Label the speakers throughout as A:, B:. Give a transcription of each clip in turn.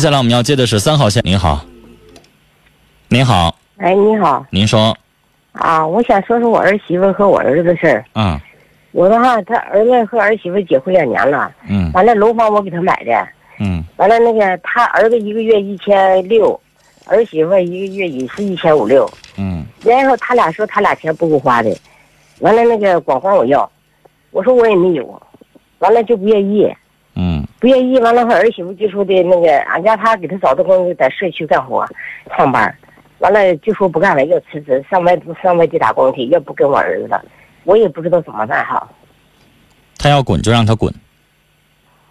A: 接下来我们要接的是三号线。您好，您好，
B: 哎，你好
A: 您说，
B: 啊，我想说说我儿媳妇和我儿子的事儿。
A: 嗯
B: 我的话，他儿子和儿媳妇结婚两年了，
A: 嗯
B: 完了楼房我给他买的，
A: 嗯
B: 完了那个他儿子一个月一千六，儿媳妇一个月也是一千五六，
A: 嗯
B: 然后他俩说他俩钱不够花的，完了那个管管我要，我说我也没有，完了就不愿意，
A: 嗯
B: 不愿意，完了后儿媳妇就说的那个，俺家他给他找的工作在社区干活，上班，完了就说不干了，要辞职，上外上外地打工去，要不跟我儿子了，我也不知道怎么办哈。
A: 他要滚就让他滚，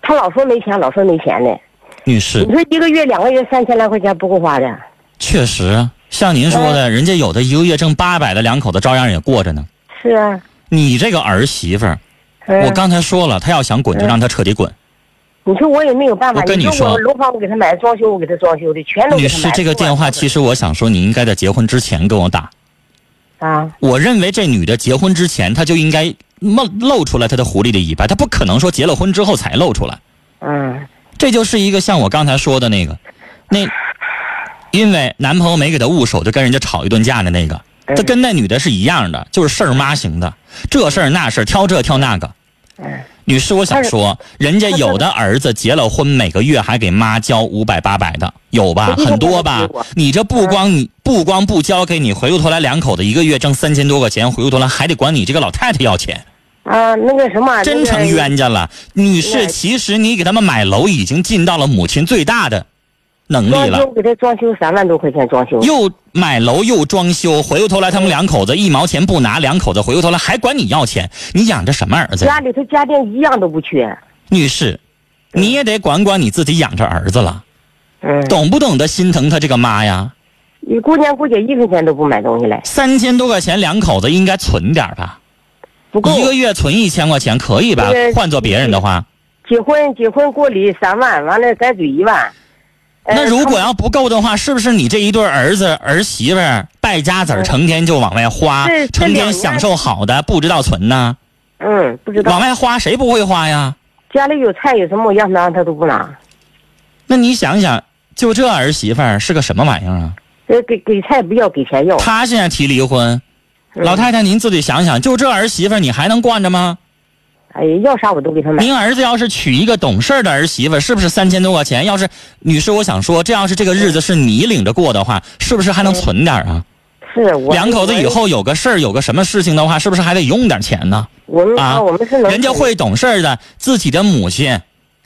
B: 他老说没钱，老说没钱的，
A: 女士
B: 你，说一个月、两个月三千来块钱不够花的，
A: 确实像您说的，人家有的一个月挣八百的两口子照样也过着呢。
B: 是啊，
A: 你这个儿媳妇儿，
B: 嗯、
A: 我刚才说了，她要想滚就让她彻底滚。
B: 你说我也没有办法，
A: 我跟你
B: 你
A: 说
B: 我楼房我给他买，装修我给他装修的，全都给
A: 女
B: 他买。
A: 士，这个电话其
B: 实
A: 实我想说，你应该在结婚之前跟我打。
B: 啊，
A: 我认为这女的结婚之前，她就应该露露出来她的狐狸的尾巴，她不可能说结了婚之后才露出来。
B: 嗯
A: 这就是一个像我刚才说的那个，那因为男朋友没给她捂手，就跟人家吵一顿架的那个，
B: 嗯
A: 她跟那女的是一样的，就是事儿妈型的，这事儿那事儿挑这挑那个。
B: 嗯，
A: 女士，我想
B: 但是
A: 说，人家有的儿子结了婚，每个月还给妈交五百八百的，有吧？
B: 这个
A: 很多
B: 我
A: 吧
B: 没有啊？
A: 你这不光你不光不交给你，回过头来两口子一个月挣三千多块钱，回过头来还得管你这个老太太要钱，
B: 啊那个什么，
A: 真成
B: 那个
A: 冤家了。女士，
B: 对
A: 其实你给他们买楼已经尽到了母亲最大的能
B: 装
A: 力
B: 修
A: 了，
B: 给他装修三万多块钱装修，
A: 又买楼又装修，回过头来他们两口子一毛钱不拿，两口子回过头来还管你要钱，你养着什么儿子呀？
B: 家里头家电一样都不缺。
A: 女士，你也得管管你自己养着儿子了。
B: 嗯，
A: 懂不懂得心疼他这个妈呀？
B: 你过年过节一分钱都不买东西来，
A: 三千多块钱，两口子应该存点儿吧？
B: 不够。
A: 一个月存一千块钱可以吧
B: 这个？
A: 换做别人的话，
B: 结婚结婚过礼三万，完了改嘴一万。呃
A: 那如果要不够的话，是不是你这一对儿子儿媳妇儿败家子儿成天就往外花
B: 这，这
A: 成
B: 两
A: 天
B: 年
A: 享受好的，不知道存呢？
B: 他们嗯不知
A: 往
B: 道，
A: 外花谁不会花呀？
B: 家里有菜有什么我让他他都不拿，
A: 那你想想，就这儿媳妇儿是个什么玩意儿啊？
B: 呃给给菜不要，给钱要。
A: 她现在提离婚，
B: 嗯
A: 老太太您自己想想，就这儿媳妇儿你还能惯着吗？
B: 哎呀，要啥我都给他买。
A: 您儿子要是娶一个懂事儿的儿媳妇儿，是不是三千多块钱？要是女士，我想说，这要是这个日子是你领着过的话，是不是还能存点儿啊？
B: 是我
A: 两口子以后有个事儿，有个什么事情的话，是不是还得用点钱呢？
B: 我们
A: 啊
B: 我们是能
A: 人家会懂事儿的，自己的母亲。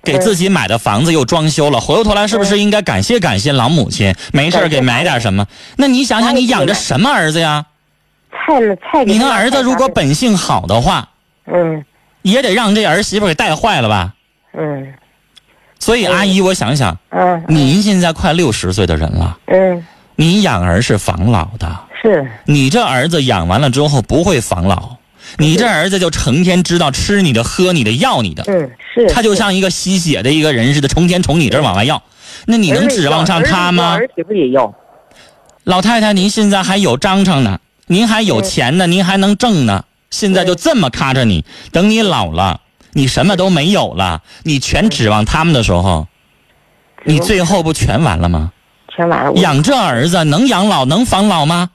A: 给
B: 嗯
A: 自己买的房子又装修了，回过头来是不是应该感谢感谢老母亲？没事儿
B: 感谢
A: 给买点什么？那你想想，
B: 哪里
A: 你养着
B: 不能
A: 什么儿子呀？
B: 菜了菜给
A: 你
B: 他
A: 那
B: 买
A: 儿子如果
B: 菜
A: 本性好的话，
B: 嗯
A: 也得让这儿媳妇儿给带坏了吧？
B: 嗯
A: 所以
B: 嗯
A: 阿姨，我想想，
B: 嗯
A: 您现在快六十岁的人了，
B: 嗯
A: 你养儿是防老的，
B: 是
A: 你这儿子养完了之后不会防老，你这儿子就成天知道吃你的、喝你的、要你的，
B: 嗯是
A: 他就像一个吸血的一个人似的，成天从你这儿往外要，那你能指望上他吗
B: 儿？子要儿媳妇也要，
A: 老太太，您现在还有章程呢，您还有钱呢，您还能挣呢，现在就这么卡着你，等你老了，你什么都没有了，你全指望他们的时候，你最后不全完了吗？
B: 全完了，我
A: 养这儿子能养老能防老吗？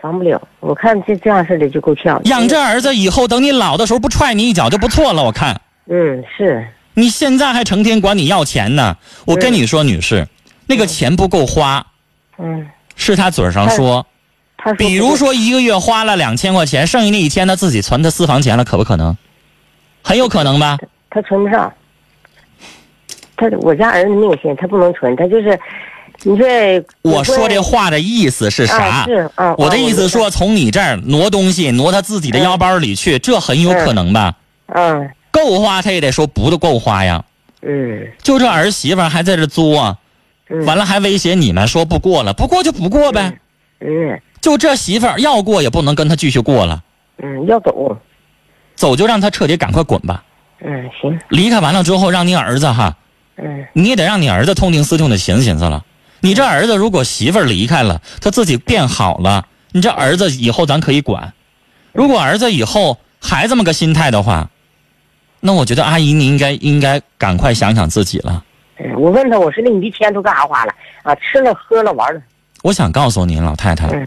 B: 防不了。我看这这样式的就够呛。
A: 养这儿子以后，等你老的时候不踹你一脚就不错了。我看
B: 嗯是
A: 你现在还成天管你要钱呢。我跟你说，女士，那个钱不够花，
B: 嗯，
A: 是他嘴上说，
B: 他说
A: 比如说一个月花了两千块钱，剩下那一千他自己存他私房钱了，可不可能？很有可能吧。
B: 他存不上，他我家儿子没有钱，他不能存，他就是，你说
A: 我说这话的意思是
B: 啊
A: 啥？
B: 是啊，
A: 我的
B: 啊
A: 意思，说，从你这儿挪东西，挪他自己的腰包里去，这很有可能吧？
B: 嗯
A: 够花他也得说不够花呀。
B: 嗯
A: 就这儿媳妇儿还在这作、啊，
B: 嗯，
A: 完
B: 了，
A: 了还威胁你们说不过了，不过就不过呗。
B: 嗯
A: 就这媳妇儿要过也不能跟他继续过了，
B: 嗯，要走，
A: 走就让他彻底赶快滚吧。
B: 嗯行，
A: 离开完了之后，让你儿子哈，
B: 嗯
A: 你也得让你儿子痛定思痛的寻思寻思了。你这儿子如果媳妇儿离开了，他自己变好了，你这儿子以后咱可以管。如果儿子以后还这么个心态的话，那我觉得阿姨你应该应该赶快想想自己了。
B: 嗯我问他，我说那你的钱都干啥花了啊？吃了喝了玩了，
A: 我想告诉您，老太太，
B: 嗯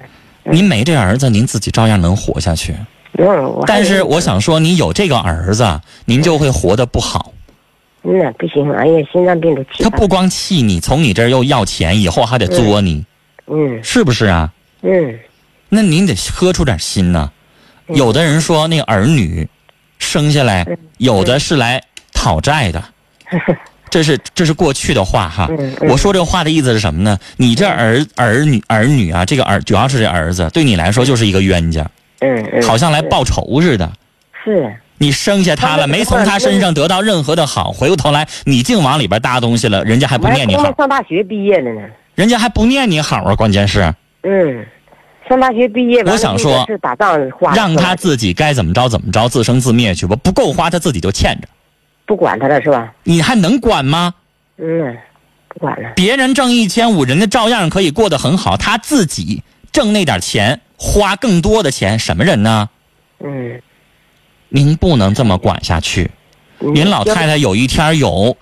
A: 您没这儿子，您自己照样能活下去。
B: 嗯，我还
A: 但是我想说，您有这个儿子，您就会活得不好。
B: 嗯呐不行，哎呀，心脏病都起
A: 他不光气你，从你这儿又要钱，以后还得作你，
B: 嗯
A: 是不是啊？
B: 嗯
A: 那您得喝出点心呐。
B: 嗯
A: 有的人说，那儿女生下来
B: 嗯，
A: 有的是来讨债的，这是这是过去的话哈。
B: 嗯嗯
A: 我说这话的意思是什么呢？你这儿儿女儿女啊，这个儿主要是这儿子，对你来说就是一个冤家，
B: 嗯嗯，
A: 好像来报仇似的。
B: 是
A: 你生下他了，没从他身上得到任何的好，回过头来你净往里边搭东西了，人家还
B: 我
A: 不
B: 还
A: 念你
B: 刚
A: 好，
B: 上大学毕业了呢，
A: 人家还不念你好啊！关键是
B: 嗯，上大学毕业完了
A: 我想
B: 这个
A: 说
B: 是打仗花的
A: 让他自己该怎么着怎么着，自生自灭去吧，不够花他自己就欠着，
B: 不管他了是吧？
A: 你还能管吗？
B: 嗯呐，不管了，
A: 别人挣一千五，人家照样可以过得很好，他自己挣那点钱，花更多的钱，什么人呢？
B: 嗯，
A: 您不能这么管下去。您老太
B: 太
A: 太有一天有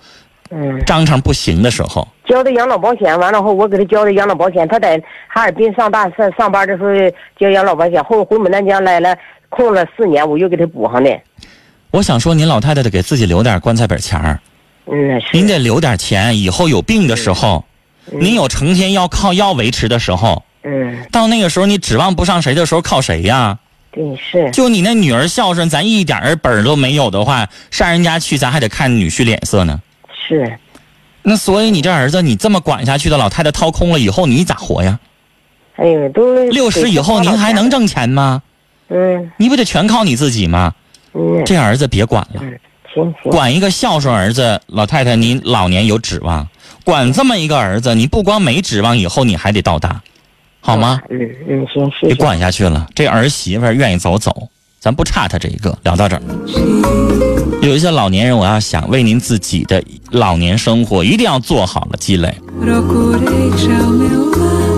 B: 嗯。
A: 张成不行的时候，
B: 交的养老保险，完了后我给他交的养老保险，他在哈尔滨上大上上班的时候交养老保险，后回牡丹江来了，空了四年，我又给他补上的。
A: 我想说，您老太太得给自己留点棺材本钱儿。
B: 嗯，是
A: 您得留点钱，以后有病的时候，您有成天要靠药维持的时候，
B: 嗯，
A: 到那个时候你指望不上谁的时候，靠谁呀？
B: 对是，
A: 就你那女儿孝顺，咱一点儿本儿都没有的话，上人家去咱还得看女婿脸色呢。
B: 是，
A: 那所以你这儿子，你这么管下去的，老太太掏空了以后，你咋活呀？
B: 哎呦，都
A: 六十以后您还能？挣钱吗？
B: 嗯
A: 你不得全靠你自己吗？
B: 嗯，
A: 这儿子别管了。
B: 行行，
A: 管一个孝顺儿子，老太太您老年有指望；管这么一个儿子，你不光没指望，以后你还得倒搭，好吗？？
B: 嗯嗯，行，谢
A: 别
B: 谢。
A: 管下去了，这儿媳妇儿愿意走走，咱不差她这一个。聊到这儿，有一些老年人，我要想为您自己的老年生活一定要做好了积累。
C: Procurei-te ao meu lado.